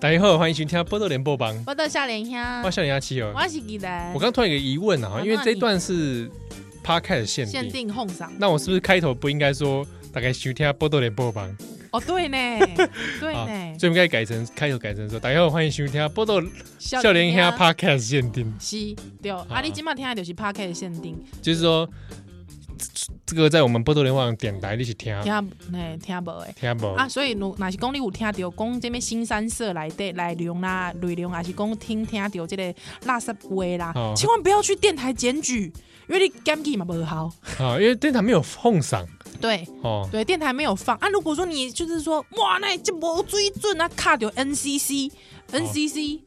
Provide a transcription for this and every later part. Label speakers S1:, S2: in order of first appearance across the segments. S1: 大家好，欢迎收听《波多连播帮》，
S2: 我到少年兄，
S1: 哇，笑脸阿七哦。
S2: 我是记得
S1: 我刚突然有一个疑问啊，因为这一段是 podcast 限
S2: 限
S1: 定，
S2: 定哄上。
S1: 那我是不是开头不应该说大概收听《波多连播帮》，
S2: 哦，对呢，对
S1: 好
S2: 呢，
S1: 所以我们应该改成开头改成说大家好，欢迎收听《波多笑脸
S2: 兄
S1: 虾 podcast 限定》，
S2: 是，对，啊，
S1: 好
S2: 你今麦听的就是 p a r k 限定，
S1: 就是说这个在我们波多连网点台一起听
S2: 听嘿听无诶。
S1: 听不？
S2: 啊，所以如若是讲你有听到讲这边新三社来啊的内容啦、内容，还是讲听听到这个垃圾话啦，
S1: 哦
S2: 千万不要去电台检举，因为你检举嘛不好。
S1: 啊，因为电台没有哄嗓
S2: 对
S1: 哦，
S2: 对，电台没有放啊。如果说你就是说哇，那这无水准啊，卡掉 NCC。NCC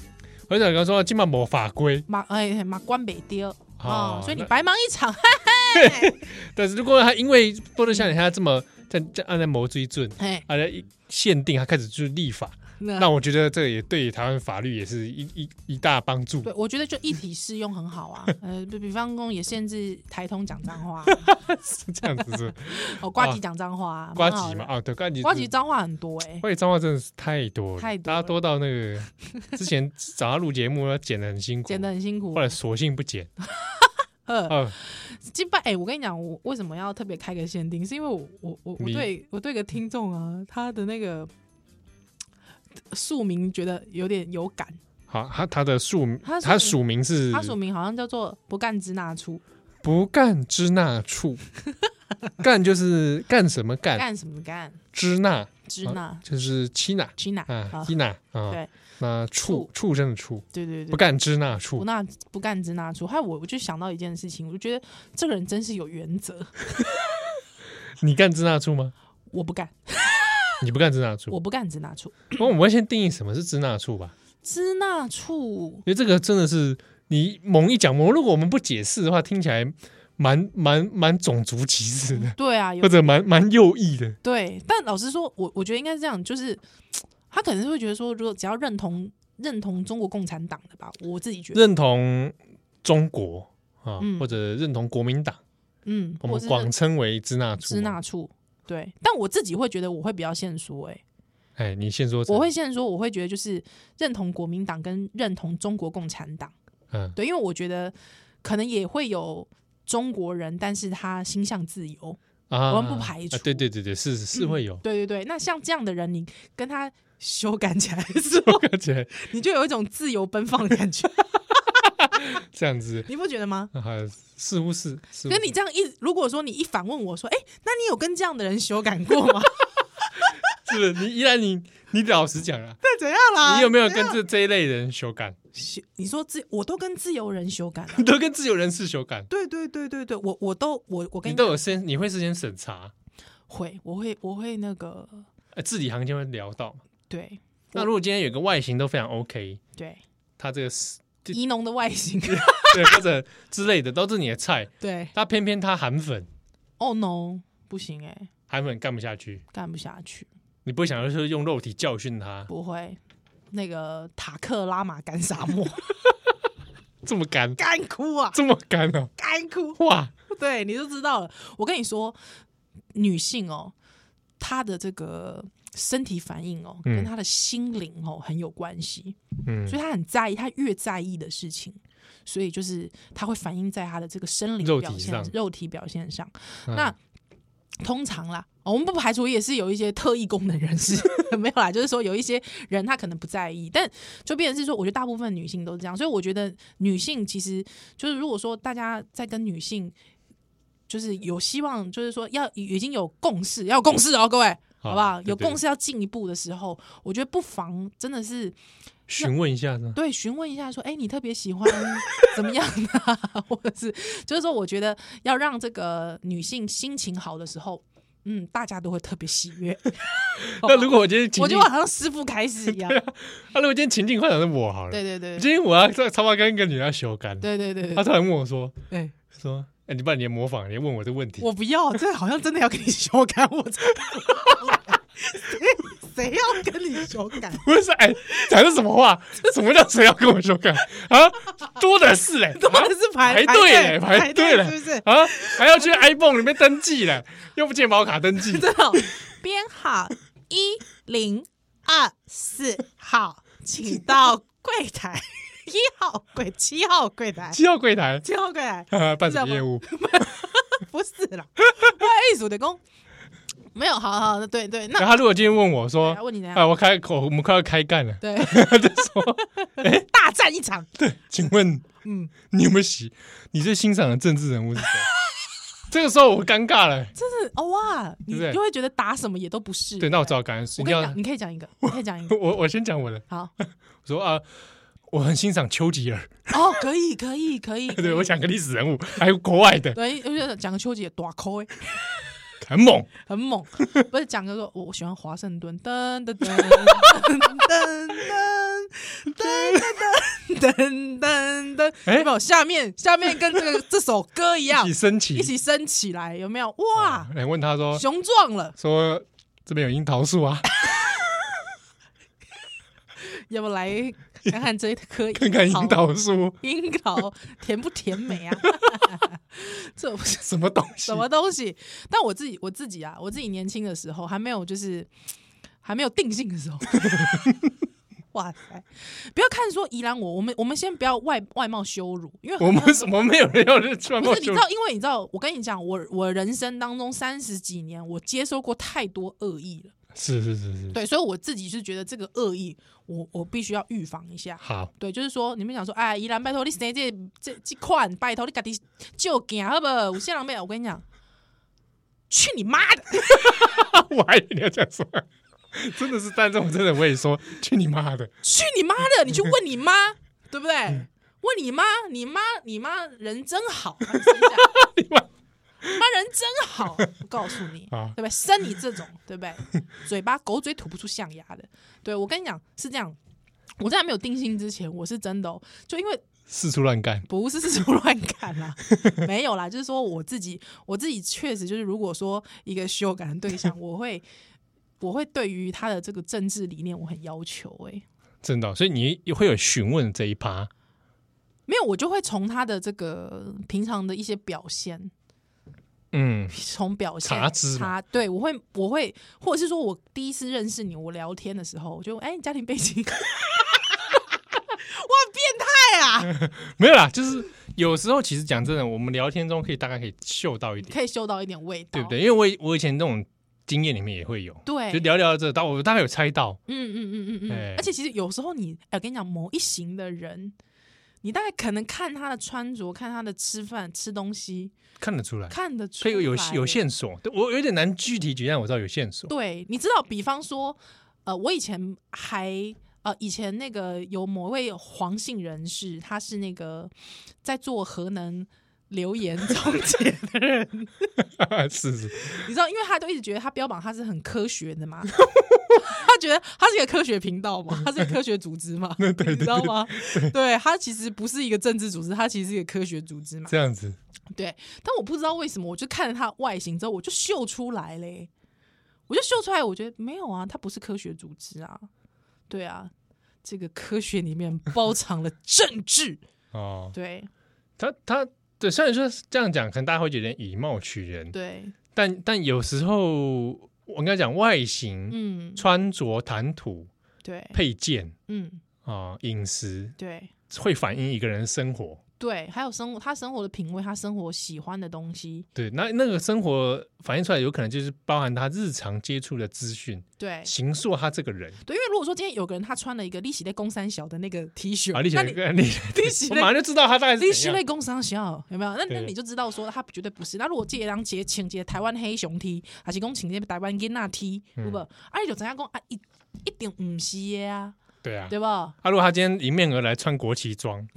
S1: 我想刚说今晚没法规，
S2: 嘛哎嘛关北丢
S1: 哦
S2: 哦，所以你
S1: 那
S2: 白忙一场，
S1: 但是如果他因为波多笑脸虾这么在在按在某追准。
S2: 嘿，
S1: 啊，一限定，他开始就是立法，那
S2: 那
S1: 我觉得这也对台湾法律也是一一一大帮助。
S2: 对，我觉得就一体适用很好 啊。呃，比比方说也限制台通讲脏话，
S1: 是 这样子是不是
S2: 哦，瓜吉讲脏话，
S1: 啊瓜
S2: 蛮好
S1: 吉
S2: 的
S1: 嘛，，嗯啊，对，瓜吉，
S2: 瓜吉，脏话很多哎，
S1: 瓜吉脏话真的是太多了，
S2: 太多
S1: 大
S2: 了
S1: 家多到那个之前找他录节目要剪的很辛苦，
S2: 剪得很辛苦
S1: 后。来索性不剪。
S2: 呃，
S1: 嗯，
S2: 金拜哎，我跟你讲，我为什么要特别开个限定，是因为我我我我
S1: 你
S2: 对我对个听众啊，他的那个宿名觉得有点有感，
S1: 好，他他的署名
S2: 他的署名
S1: 他署名是
S2: 他署名好像叫做不干支那出，
S1: 不干支那 处，干就是干什么干，
S2: 干什么干
S1: 支那
S2: 支那
S1: 就是妻那
S2: 支那
S1: 啊，
S2: 啊，
S1: 妻那啊，
S2: 对，
S1: 那畜畜生的畜，
S2: 对对对
S1: 不。干支那处
S2: 不，那不干之那出，还有我我就想到一件事情，我就觉得这个人真是有原则。
S1: 你干支那处吗？
S2: 我不干，
S1: 你不干支那处，
S2: 我不干支那出，
S1: 我我们先定义什么是支那处吧，
S2: 支那处
S1: 因为这个真的是你猛一讲，猛如果我们不解释的话，听起来蛮蛮蛮种族歧视的，
S2: 对啊， 有
S1: 或者蛮蛮右翼的。
S2: 对。但老实说，我我觉得应该是这样，就是他可能是会觉得说，如果只要认同认同中国共产党的吧，我自己觉得，
S1: 认同中国啊，
S2: 嗯
S1: 或者认同国民党，
S2: 嗯，
S1: 我
S2: 或
S1: 们
S2: 是
S1: 广称为支那处。
S2: 支那，处。对，但我自己会觉得我会比较现说、欸，
S1: 哎，你先说，
S2: 我会，现说，我会觉得就是认同国民党跟认同中国共产党。
S1: 嗯，
S2: 对，因为我觉得可能也会有中国人，但是他心向自由。
S1: 啊
S2: 我们不排除嗯
S1: 啊对对对对，是是会有。
S2: 对对对，那像这样的人，你跟他修改起来之
S1: 我
S2: 后，
S1: 感觉
S2: 你就有一种自由奔放的感觉，
S1: 这样子，
S2: 你不觉得吗？
S1: 啊，似乎是，似乎
S2: 跟你
S1: 是
S2: 这样一，如果说你一反问我说，哎、那你有跟这样的人修改过吗？
S1: 是不是你依然你你老实讲 啊，
S2: 那怎样啦？
S1: 你有没有跟这这一类人修改？
S2: 修你说自，我都跟自由人修改了。
S1: 你都跟自由人士修改，
S2: 对对对对对，我我都我我跟
S1: 你
S2: 你
S1: 都有先，你会事先审查，
S2: 会，我会我会那个，
S1: 呃，字里行间会聊到嘛。
S2: 对
S1: 那如果今天有个外形都非常 OK，
S2: 对，
S1: 他这个是就
S2: 宜农的外形，
S1: 对或者 之类的都是你的菜，
S2: 对
S1: 他偏偏他韩粉，
S2: ，Oh no，不行哎、
S1: 韩粉干不下去，
S2: 干不下去。
S1: 你不会想要说用肉体教训他
S2: 不会，那个塔克拉玛干 沙漠，
S1: 这么干，
S2: 干哭啊，
S1: 这么干哦，
S2: 干哭，
S1: 哇，
S2: 对，你就知道了。我跟你说，女性哦，她的这个身体反应哦，
S1: 嗯
S2: 跟她的心灵哦很有关系，
S1: 嗯，
S2: 所以她很在意，她越在意的事情。所以就是她会反映在她的这个生理
S1: 肉体
S2: 表现、
S1: 上
S2: 肉体表现上。
S1: 嗯
S2: 那通常啦、哦我们不排除也是有一些特异功能人士， 没有啦，就是说有一些人他可能不在意，但就变成是说，我觉得大部分女性都是这样，所以我觉得女性其实就是如果说大家在跟女性。就是有希望，就是说要已经有共识，要有共识哦，各位，好不好？
S1: 对
S2: 有
S1: 对
S2: 共识要进一步的时候，我觉得不妨真的是
S1: 询问一下呢，
S2: 对，询问一下说，哎、你特别喜欢怎么样的、啊，或者是就是说，我觉得要让这个女性心情好的时候，嗯，大家都会特别喜 悦。
S1: 那如果哦我今天情
S2: 我
S1: 境，
S2: 觉得我好像师傅开 始一样，
S1: 啊那如果今天情境换成是我好了，
S2: 对对对
S1: 今天我要在插花跟一个女人要修改，
S2: 对对对
S1: 他
S2: 对，
S1: 突然问我说
S2: 哎，
S1: 说，哎，你把你的模仿，你问我这个问题，
S2: 我不要，这好像真的要跟你修改，我才不要 谁谁要跟你修改？
S1: 不是，哎、讲的什么话？什么叫谁要跟我修改啊？多的是嘞、
S2: 多的 是排
S1: 排队嘞
S2: 嘞，
S1: 排队
S2: 队
S1: 嘞
S2: 是不是？
S1: 啊啊，还要去 iPhone 里面登记嘞，又不健保卡登 记，
S2: 真的哦编号一零二四号，请到柜台 一号柜、七号柜台、
S1: 七号柜台
S2: 七号柜台，
S1: 哈哈办什么业务？
S2: 不是啦，我艺术的工没有，好好，对对，
S1: 然
S2: 那
S1: 后他如果今天问我说
S2: 来问你怎：“样？
S1: 啊，我开口，我们快要开干了。
S2: 对，”
S1: 就 说
S2: 大战一场，：“
S1: 请问
S2: 嗯，
S1: 你有没有喜？你最欣赏的政治人物是 谁？”这个时候我尴尬了。
S2: 真是哦哇，你
S1: 对不对
S2: 就会觉得打什么也都不是。
S1: 对，那我
S2: 对
S1: 只好感恩。
S2: 我
S1: 一定
S2: 跟你
S1: 要
S2: 讲，你可以讲 一个，你可以讲一个，
S1: 我我先讲我的。
S2: 好，
S1: 我说啊，我很欣赏丘吉尔，
S2: 哦，可以，可以，可以，可以
S1: 对我讲个历史人物，还有国外的，
S2: 对，因为讲个丘吉尔短扣哎，
S1: 很猛。
S2: 很 猛，不是讲个说，我我喜欢华盛顿，噔噔噔噔噔噔噔噔噔噔，
S1: 哎
S2: 有没有？下面下面跟这个这首歌 一样
S1: 一起，升旗
S2: 一，起升起来，有没有？哇，
S1: 来哎问他说
S2: 雄壮了，
S1: 说这边有樱桃树 啊，
S2: 要不来看 看这一颗
S1: 看看樱
S2: 桃，
S1: 桃树
S2: 樱桃甜不甜美啊？ 这不是
S1: 什么东西
S2: 什，么东西？但我自己我自己啊，我自己年轻的时候还没有就是还没有定性的时候， 哇塞！不要看说宜兰我，我们我们先不要外外貌羞辱，因为
S1: 我 们什么没有人要认穿
S2: 不
S1: 过
S2: 是你
S1: 丘
S2: 知道，因为你知道，我跟你讲，我我人生当中三十几年，我接受过太多恶意了，
S1: 是是是是，
S2: 对，所以我自己是觉得这个恶意，我我必须要预防一下。
S1: 好，
S2: 对，就是说，你们讲说，哎，宜兰拜托你生这这这款，拜托你家己就行好不好？有些人没有，我跟你讲，去你妈的！
S1: 我还以为你要这样说， 真的是，但这种真的我也说，去你妈的，
S2: 去你妈的！你去问你妈，对不对？问你妈，你妈，你妈人真好，你生下来
S1: 你妈
S2: 妈人真好，我告诉你，
S1: 啊
S2: 对不对？生你这种，对不对？嘴巴狗嘴吐不出象牙的，对我跟你讲是这样。我在还没有定性之前，我是真的、哦，就因为
S1: 四处乱干，
S2: 不是是乱砍啦，没有啦，就是说我自己，我自己确实就是，如果说一个修改的对象，我会，我会对于他的这个政治理念我很要求、欸，
S1: 真的哦，所以你会有询问这一趴，
S2: 没有，我就会从他的这个平常的一些表现，
S1: 嗯，
S2: 从表现
S1: 查知嘛
S2: 查对我会，我会，或者是说我第一次认识你，我聊天的时候，我就哎，你家庭背景， 哇，变态啊！
S1: 没有啦，就是有时候其实讲真的，我们聊天中可以大概可以嗅到一点，
S2: 可以嗅到一点味道，
S1: 对不？对？因为我以我以前那种经验里面也会有，
S2: 对
S1: 就聊聊这，但我大概有猜到，
S2: 嗯嗯嗯嗯
S1: 哎
S2: 嗯。而且其实有时候你，哎，我跟你讲，某一型的人，你大概可能看他的穿着，看他的吃饭、吃东西，
S1: 看得出来，
S2: 看得出
S1: 所
S2: 来，
S1: 以哎有有线索，对我有点难具体举，但我知道有线索。
S2: 对，你知道，比方说，呃，我以前还呃，以前那个有某位黄姓人士，他是那个在做核能留言中介的 人，
S1: 是是，
S2: 你知道，因为他都一直觉得他标榜他是很科学的嘛， 他觉得他是一个科学频道嘛，他是一个科学组织嘛， 你知道吗？对他其实不是一个政治组织，他其实是一个科学组织嘛。
S1: 这样子，
S2: 对，但我不知道为什么，我就看了他的外形之后，我就秀出来嘞，我就秀出来，我觉得没有啊，他不是科学组织啊，对啊，这个科学里面 包藏了政治，
S1: 哦，
S2: 对
S1: 他他对，虽然说是这样讲，可能大家会觉得以貌取人，
S2: 对，
S1: 但但有时候我跟他讲外形、
S2: 嗯，
S1: 穿着、谈吐、
S2: 对，
S1: 配件
S2: 嗯，
S1: 啊、饮食，
S2: 对
S1: 会反映一个人的生活。
S2: 对，还有生活，他生活的品味，他生活喜欢的东西，
S1: 对，那那个生活反映出来，有可能就是包含他日常接触的资讯，
S2: 对。
S1: 形塑他这个人。
S2: 对，因为如果说今天有个人他穿了一个利息类工三小的那个 T 恤，
S1: 啊，你
S2: 那
S1: 想
S2: 你
S1: 你，
S2: 利息
S1: 我
S2: 类
S1: 马上就知道他大概
S2: 利
S1: 是
S2: 息
S1: 怎
S2: 类
S1: 样。
S2: 工商小有没有？那那
S1: 对
S2: 你就知道说他绝对不是。那如果这人节请这台湾黑熊踢，还是讲请这台湾囡仔踢，
S1: 嗯
S2: 对不？啊，你就知影讲啊，一一定唔是的啊，
S1: 对啊，
S2: 对不？ 那
S1: 啊，如果他今天迎面而来穿国旗装，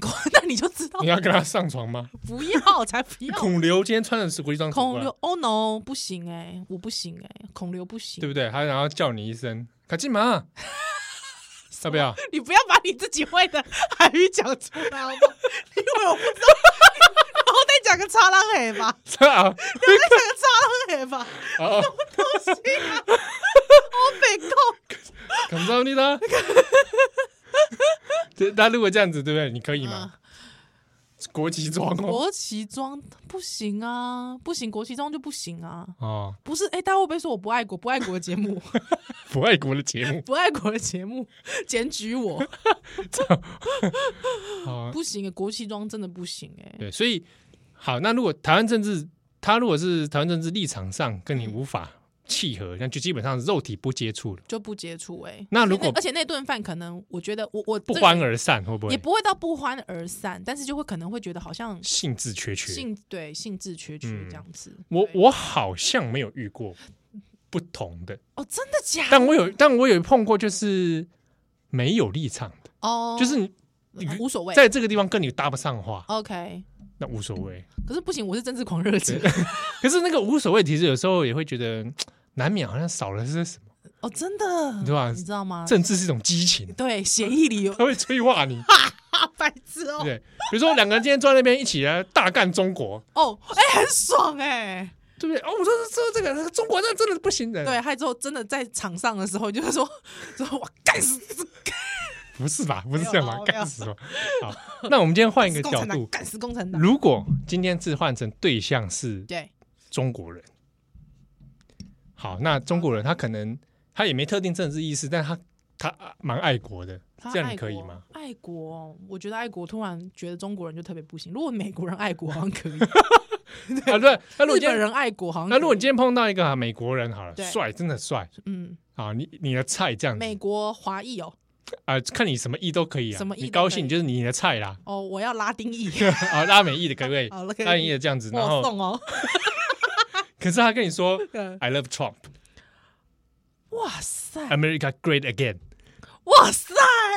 S2: 你就知道
S1: 你要跟他上床吗？
S2: 不要才不哦 要。
S1: 孔刘今天穿的是国际装，
S2: 孔刘，Oh no，不行哎、我不行哎、孔刘不行
S1: 对，不对？他然后叫你一声卡进嘛，要不 要？
S2: 你不要把你自己会的韩语讲出来好 不好？因为我不知道， 然后再讲个叉浪黑吧，
S1: 是啊，
S2: 再讲个叉浪黑吧，
S1: 哦，
S2: 我被控，
S1: 感谢你啦。对，那如果这样子，对不对？你可以吗？国旗装哦。
S2: 嗯国旗装不行啊，不行，国旗装就不行啊。
S1: 哦，
S2: 不是，哎、大家会不会说我不爱国？不爱国的 节目，
S1: 不爱国的节目
S2: 不爱国的节目，检 举我，
S1: 啊，
S2: 不行、国旗装真的不行、哎，
S1: 对，所以好，那如果台湾政治，他如果是台湾政治立场上跟你无法契合，那就基本上是肉体不接触了，
S2: 就不接触、哎，
S1: 那如果
S2: 而且那顿饭可能，我觉得我我
S1: 哦不
S2: 这个
S1: 欢
S2: 人
S1: 而散，会不
S2: 也
S1: 会
S2: 不会到不欢而散，但是就会可能会觉得好像
S1: 兴致缺缺？
S2: 兴对兴致缺缺这样子。
S1: 嗯我
S2: 对
S1: 我好像没有遇过不同的，
S2: 哦，真的假的？
S1: 但我有，但我有碰过，就是没有立场的，
S2: 哦，
S1: 就是你
S2: 呃无所谓。
S1: 在这个地方跟你搭不上话，
S2: OK，
S1: 那无所谓。
S2: 可是不行，我是政治狂热者。
S1: 可是那个无所谓，其实有时候也会觉得嗯难免好像少了些什么，
S2: 哦，真的，
S1: 对吧
S2: 你知道吗？
S1: 政治是一种激情，
S2: 对，协议 里有
S1: 它会催化你。
S2: 大白痴哦，
S1: 对，比如说两个人今天坐在那边一起来大干中国，
S2: 哦，哎、很爽哎、
S1: 对不对？哦，我说这这这个中国那真的不行的，
S2: 对，，啊还之后真的在场上的时候，就是说，说我干死这个
S1: 不是吧？不是这样吧？
S2: 没有啦
S1: 干死我！好，那我们今天换一个
S2: 共
S1: 角
S2: 产党，
S1: 度，
S2: 干死共产党。
S1: 如果今天置换成对象是
S2: 对，
S1: 中国人，好，那中国人他可能他也没特定政治意识，但他他啊蛮爱国的，
S2: 他
S1: 这样
S2: 爱
S1: 你可以
S2: 国
S1: 吗？？
S2: 爱国，我觉得爱国，突然觉得中国人就特别不行。如果美国人爱国，好像可 以；
S1: 啊，对，那如果今
S2: 日
S1: 天啊
S2: 本人爱国，好像可以
S1: 那如果你今天碰到一个美国人好了，
S2: 对
S1: 帅，真的帅
S2: 嗯，
S1: 啊！你你的菜这样子
S2: 美国华裔哦，
S1: 啊、看你什么意都可以啊，
S2: 什么意
S1: 你
S2: 都
S1: 高
S2: 可以。
S1: 兴就是你的菜啦
S2: 哦，我要拉 丁裔，
S1: 啊，拉美意的可不可以？
S2: 好了，可
S1: 拉美意
S2: 以，
S1: 的这样子，然
S2: 我
S1: 后
S2: 送哦。
S1: 可是他跟你说
S2: 嗯
S1: ，I love Trump,
S2: 哇塞，
S1: America great again，
S2: 哇塞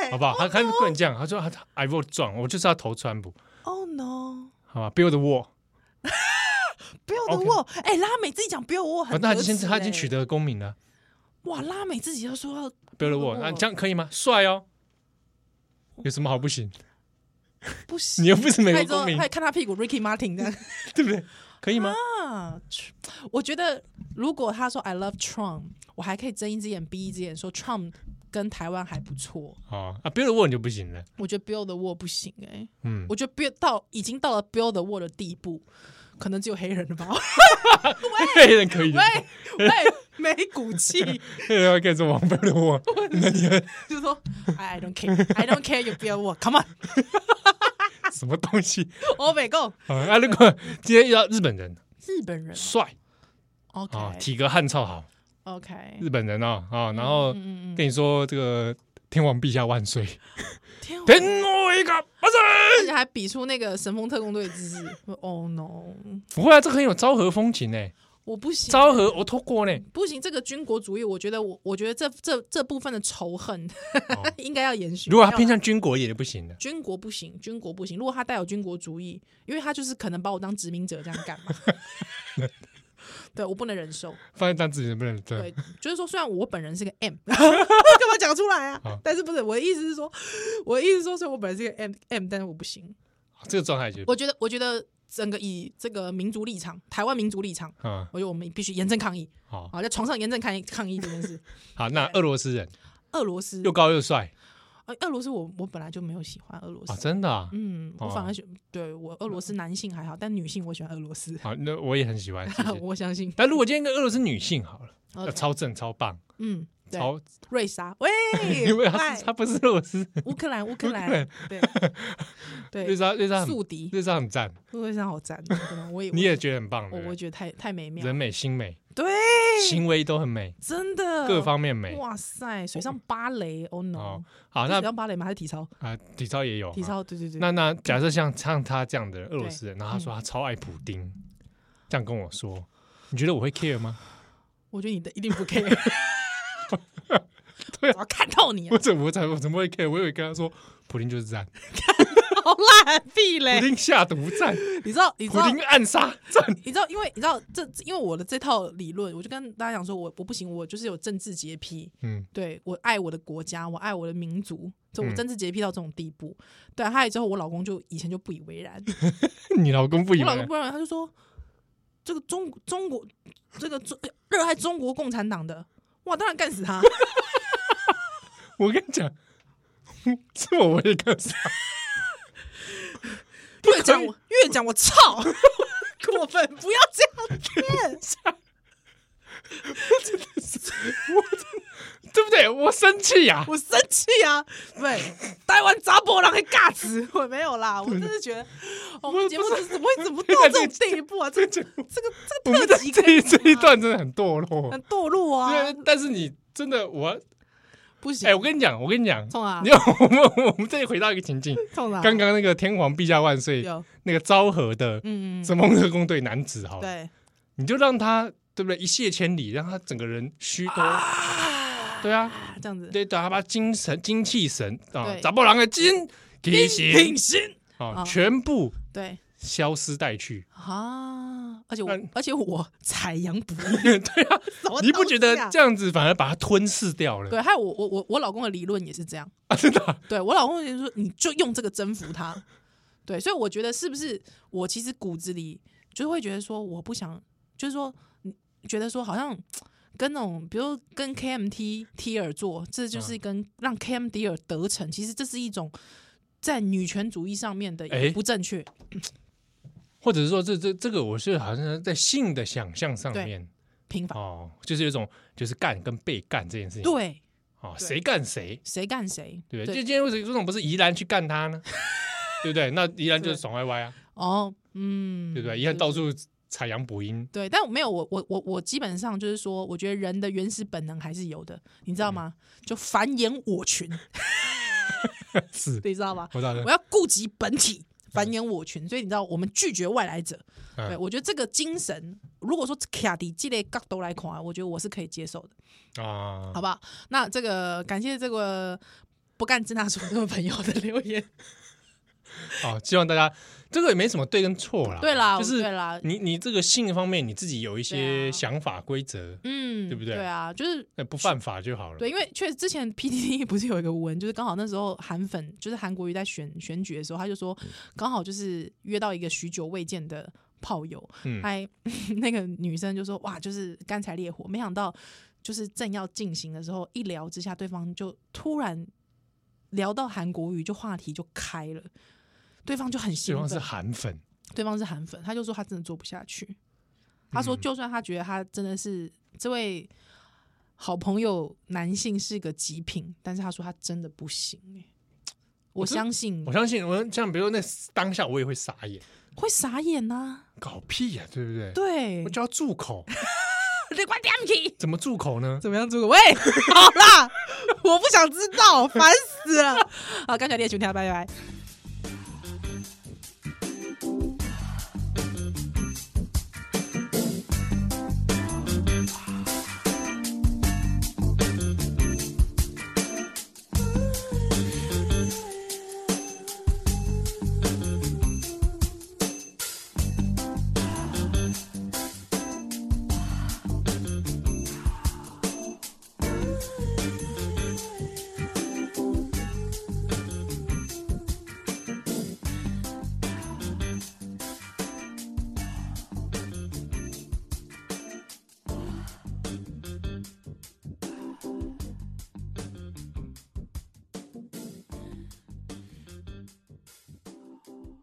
S1: 嗯好
S2: 哦
S1: 不好？他他跟你这样，他说他他 I vote Trump，我就是要投川普，
S2: ！Oh no！
S1: 好吧？Build the wall，
S2: 不要等
S1: OK
S2: 我，哎，拉美自己讲不要我，
S1: 啊
S2: 很
S1: 那他
S2: 可
S1: 已经
S2: 耻
S1: 他已经
S2: 欸
S1: 取得公民了
S2: 哇，拉美自己要说要
S1: ，Build the
S2: Build
S1: wall，
S2: the
S1: 那
S2: wall
S1: 这样可以吗？帅哦，有什么好不行？
S2: 不
S1: 你
S2: 行，
S1: 又不是美
S2: 还
S1: 国
S2: 说
S1: 公民
S2: 还，看他屁股 Ricky Martin 这样
S1: 对不对？可以吗？
S2: 啊。我觉得如果他说 I love Trump，我还可以睁一只眼闭一只眼说 Trump 跟台湾还不错。
S1: 哦啊，Build the wall 你就不行了，
S2: 我觉得 Build the Wall 不行哎、
S1: 嗯，
S2: 我觉得 Build 到已经到了 Build the Wall 的地步，可能只有黑人 了吧。
S1: 黑人可以，
S2: 喂喂，没骨气，
S1: 黑人可以说王 Build the wall，那你们
S2: 就是说 I don't care，I don't care you Build Wall，Come on，啊
S1: 什么东西？
S2: 欧美 go
S1: 啊，啊如果今天遇到日本人，
S2: 日本人
S1: 帅
S2: ，OK
S1: 啊，体格汉超好，
S2: OK，
S1: 日本人啊啊，然后
S2: 嗯嗯嗯，
S1: 跟你说这个天皇陛下万岁，
S2: 天啊，
S1: 天皇一个万岁，
S2: 而且还比出那个神风特工队的姿势。oh no，
S1: 不会啊，这个很有昭和风情呢，
S2: 我不行，
S1: 昭和我透过呢，
S2: 不行，这个军国主义，我觉得我我觉得这这这部分的仇恨、
S1: 哦
S2: 应该要延续。
S1: 如果他偏
S2: 要
S1: 向军国也就不行了，
S2: 军国不行，军国不行。如果他带有军国主义，因为他就是可能把我当殖民者这样干嘛。 对我不能忍受，
S1: 放在当自己能不能对
S2: 对，就是说，虽然我本人是个 M，干嘛讲出来
S1: 好
S2: 啊？但是不是我的意思是说，我的意思是说，虽然我本人是个 M M，但是我不行。
S1: 这个状态就
S2: 我觉得，我觉得整个以这个民族立场，台湾民族立场，
S1: 啊
S2: 我觉得我们必须严正抗议
S1: 好
S2: 啊，在床上严正抗议抗议这件事。
S1: 好，那俄罗斯人
S2: 俄罗斯
S1: 又，高又帅
S2: 呃俄罗斯我我本来就没有喜欢俄罗斯，
S1: 啊，真的啊，
S2: 嗯，我反
S1: 哦嗯
S2: 而喜对我俄罗斯男性还好，但女性我喜欢俄罗斯，
S1: 好，那我也很喜欢。谢谢
S2: 我相信。
S1: 那如果今天一个俄罗斯女性好了，
S2: OK
S1: 要超正超棒，
S2: 嗯，对，
S1: 超，
S2: 瑞莎，喂
S1: 因为她
S2: 嗨
S1: 是她不是俄罗斯，
S2: 乌克兰，乌克
S1: 乌克兰
S2: 兰，对
S1: 瑞
S2: 对，
S1: 莎瑞莎很
S2: 宿敌，
S1: 瑞莎很赞，
S2: 瑞莎好赞，哦真的我也
S1: 你也觉得很棒
S2: 我
S1: 的，
S2: 我觉得太太美妙
S1: 人，美心美，
S2: 对，
S1: 行为都很美，
S2: 真的
S1: 各方面美。
S2: 哇塞，水上芭蕾
S1: 哦
S2: ，Oh no，，
S1: 好，
S2: 是
S1: 那
S2: 水上芭蕾吗？还是体操？
S1: 啊，体操也有
S2: 体。
S1: 啊
S2: 操，对对对，嗯
S1: 那那假设像像他这样的俄罗斯人，然后他说他超爱普丁，这样跟我说，你觉得我会 care 吗？
S2: 我觉得你的一定 不 care。我要看透你啊
S1: 我，怎么我怎么我怎么会 care？我以为跟他说普丁就是赞，
S2: 好烂屁
S1: 普
S2: 嘞！
S1: 丁下毒赞，
S2: 你知道，你知
S1: 普
S2: 道，
S1: 丁暗杀赞。
S2: 你知道，因为你知道这，因为我的这套理论，我就跟大家讲说，我我不行，我就是有政治洁癖，
S1: 嗯，
S2: 对我爱我的国家，我爱我的民族，就我
S1: 嗯
S2: 政治洁癖到这种地步。对，还有之后，我老公就以前就不以为然，
S1: 嗯你老公 不以
S2: 我老
S1: 为啊
S2: 公不以为然，他就说，这个中中国这个中热爱中国共产党的，哇，当然干死他。
S1: 我跟你讲，这我我也干啥？
S2: 越讲我越讲 我操，过分！不要这样念，
S1: 对不对？我生气呀、
S2: 我生气 啊！对，台湾砸波浪还尬子，我 没有啦，我真的觉得我们节目就是怎么会怎么到 这种地步啊？这个这个
S1: 我
S2: 这
S1: 们
S2: 个
S1: 的
S2: 特辑可
S1: 这
S2: 以
S1: 一这一
S2: 吗
S1: 段真的很堕落。
S2: 很堕落啊
S1: 对，，但是你真的我，
S2: 不行
S1: 哎、，我跟你讲，我跟你讲，
S2: 冲啊
S1: 你要我们我们这里回到一个情境，
S2: 痛了，
S1: 刚刚那个天皇陛下万岁，
S2: 啊有，
S1: 那个昭和的
S2: 嗯，嗯嗯
S1: 什么特工队男子 哈，
S2: 对，
S1: 你就让他对不对一泻千里，让他整个人虚脱，对啊，
S2: 啊这样子，
S1: 对，打他把精神精气神啊，
S2: 对
S1: 杂波狼的精气神
S2: 心，
S1: 啊，
S2: 啊
S1: 全部
S2: 对
S1: 消失殆去。
S2: 啊，而且我
S1: 但
S2: 而且我采阳补阴，
S1: 对啊，
S2: 什么
S1: 你不觉得
S2: 东西啊
S1: 这样子反而把它吞噬掉了？
S2: 对，还有我我我我老公的理论也是这样，
S1: 啊， 真的啊
S2: 对我老公就说你就用这个征服他， 对，所以我觉得是不是我其实骨子里就会觉得说我不想，就是说嗯觉得说好像跟那种比如跟 KMT T 尔做，这
S1: 嗯
S2: 就是跟让 KMD 尔得逞，其实这是一种在女权主义上面的
S1: 哎
S2: 不正确，
S1: 或者是说这这这个，我是好像在性的想象上
S2: 对
S1: 面
S2: 平反，
S1: 哦，就是有一种就是干跟被干这件事情，
S2: 对，
S1: 哦，
S2: 对
S1: 谁干谁，
S2: 谁干谁，
S1: 对不对？就今天为什么为什么不是宜兰去干他 呢？对不对？那宜兰就是爽歪歪啊，
S2: 哦，嗯，
S1: 对不对？宜兰到处采阳补阴，
S2: 对，但我没有我我我我基本上就是说，我觉得人的原始本能还是有的，你知
S1: 嗯
S2: 道吗？就繁衍我群，
S1: 是
S2: 你知道吗？
S1: 我知道
S2: 我
S1: 了。
S2: 要顾及本体，繁衍我群，所以你知道我们拒绝外来者。
S1: 嗯
S2: 对我觉得这个精神，如果说卡迪这类角度来看啊，我觉得我是可以接受的，
S1: 啊
S2: 好，不好？那这个感谢这个不干支那所这位朋友的留 言。
S1: 好，希望大家这个也没什么对跟错啦，
S2: 对啦，
S1: 就是
S2: 对啦，
S1: 你你这个性方面你自己有一
S2: 对
S1: 些
S2: 啊
S1: 想法规则，
S2: 嗯，
S1: 对不对
S2: 对啊，就是
S1: 那不犯法就好了。
S2: 对，因为确实之前 p t t 不是有一个文，就是刚好那时候韩粉，就是韩国瑜在选选举的时候，他就
S1: 嗯
S2: 说刚好就是约到一个许久未见的炮友，
S1: 嗯
S2: 还 那个女生就说哇，就是干柴烈火，没想到就是正要进行的时候，一聊之下，对方就突然聊到韩国瑜，就话题就开了，对方就很
S1: 对
S2: 兴
S1: 方是
S2: 奋，
S1: 韩粉，
S2: 对方是韩粉，他就说他真的做不下去。他说，
S1: 嗯
S2: 就算他觉得他真的是这位好朋友男性是个极品，但是他说他真的不行、欸、我
S1: 真
S2: 相信
S1: 我相信我像比如说那当下我也会傻眼，
S2: 会傻眼呐、
S1: 搞屁呀、对不对？
S2: 对
S1: 我，就要住口，
S2: 你快点去！
S1: 怎么住口呢？
S2: 怎么样，诸葛？喂， 好啦，我不想知道，烦死了。好，刚才列兄弟，拜拜。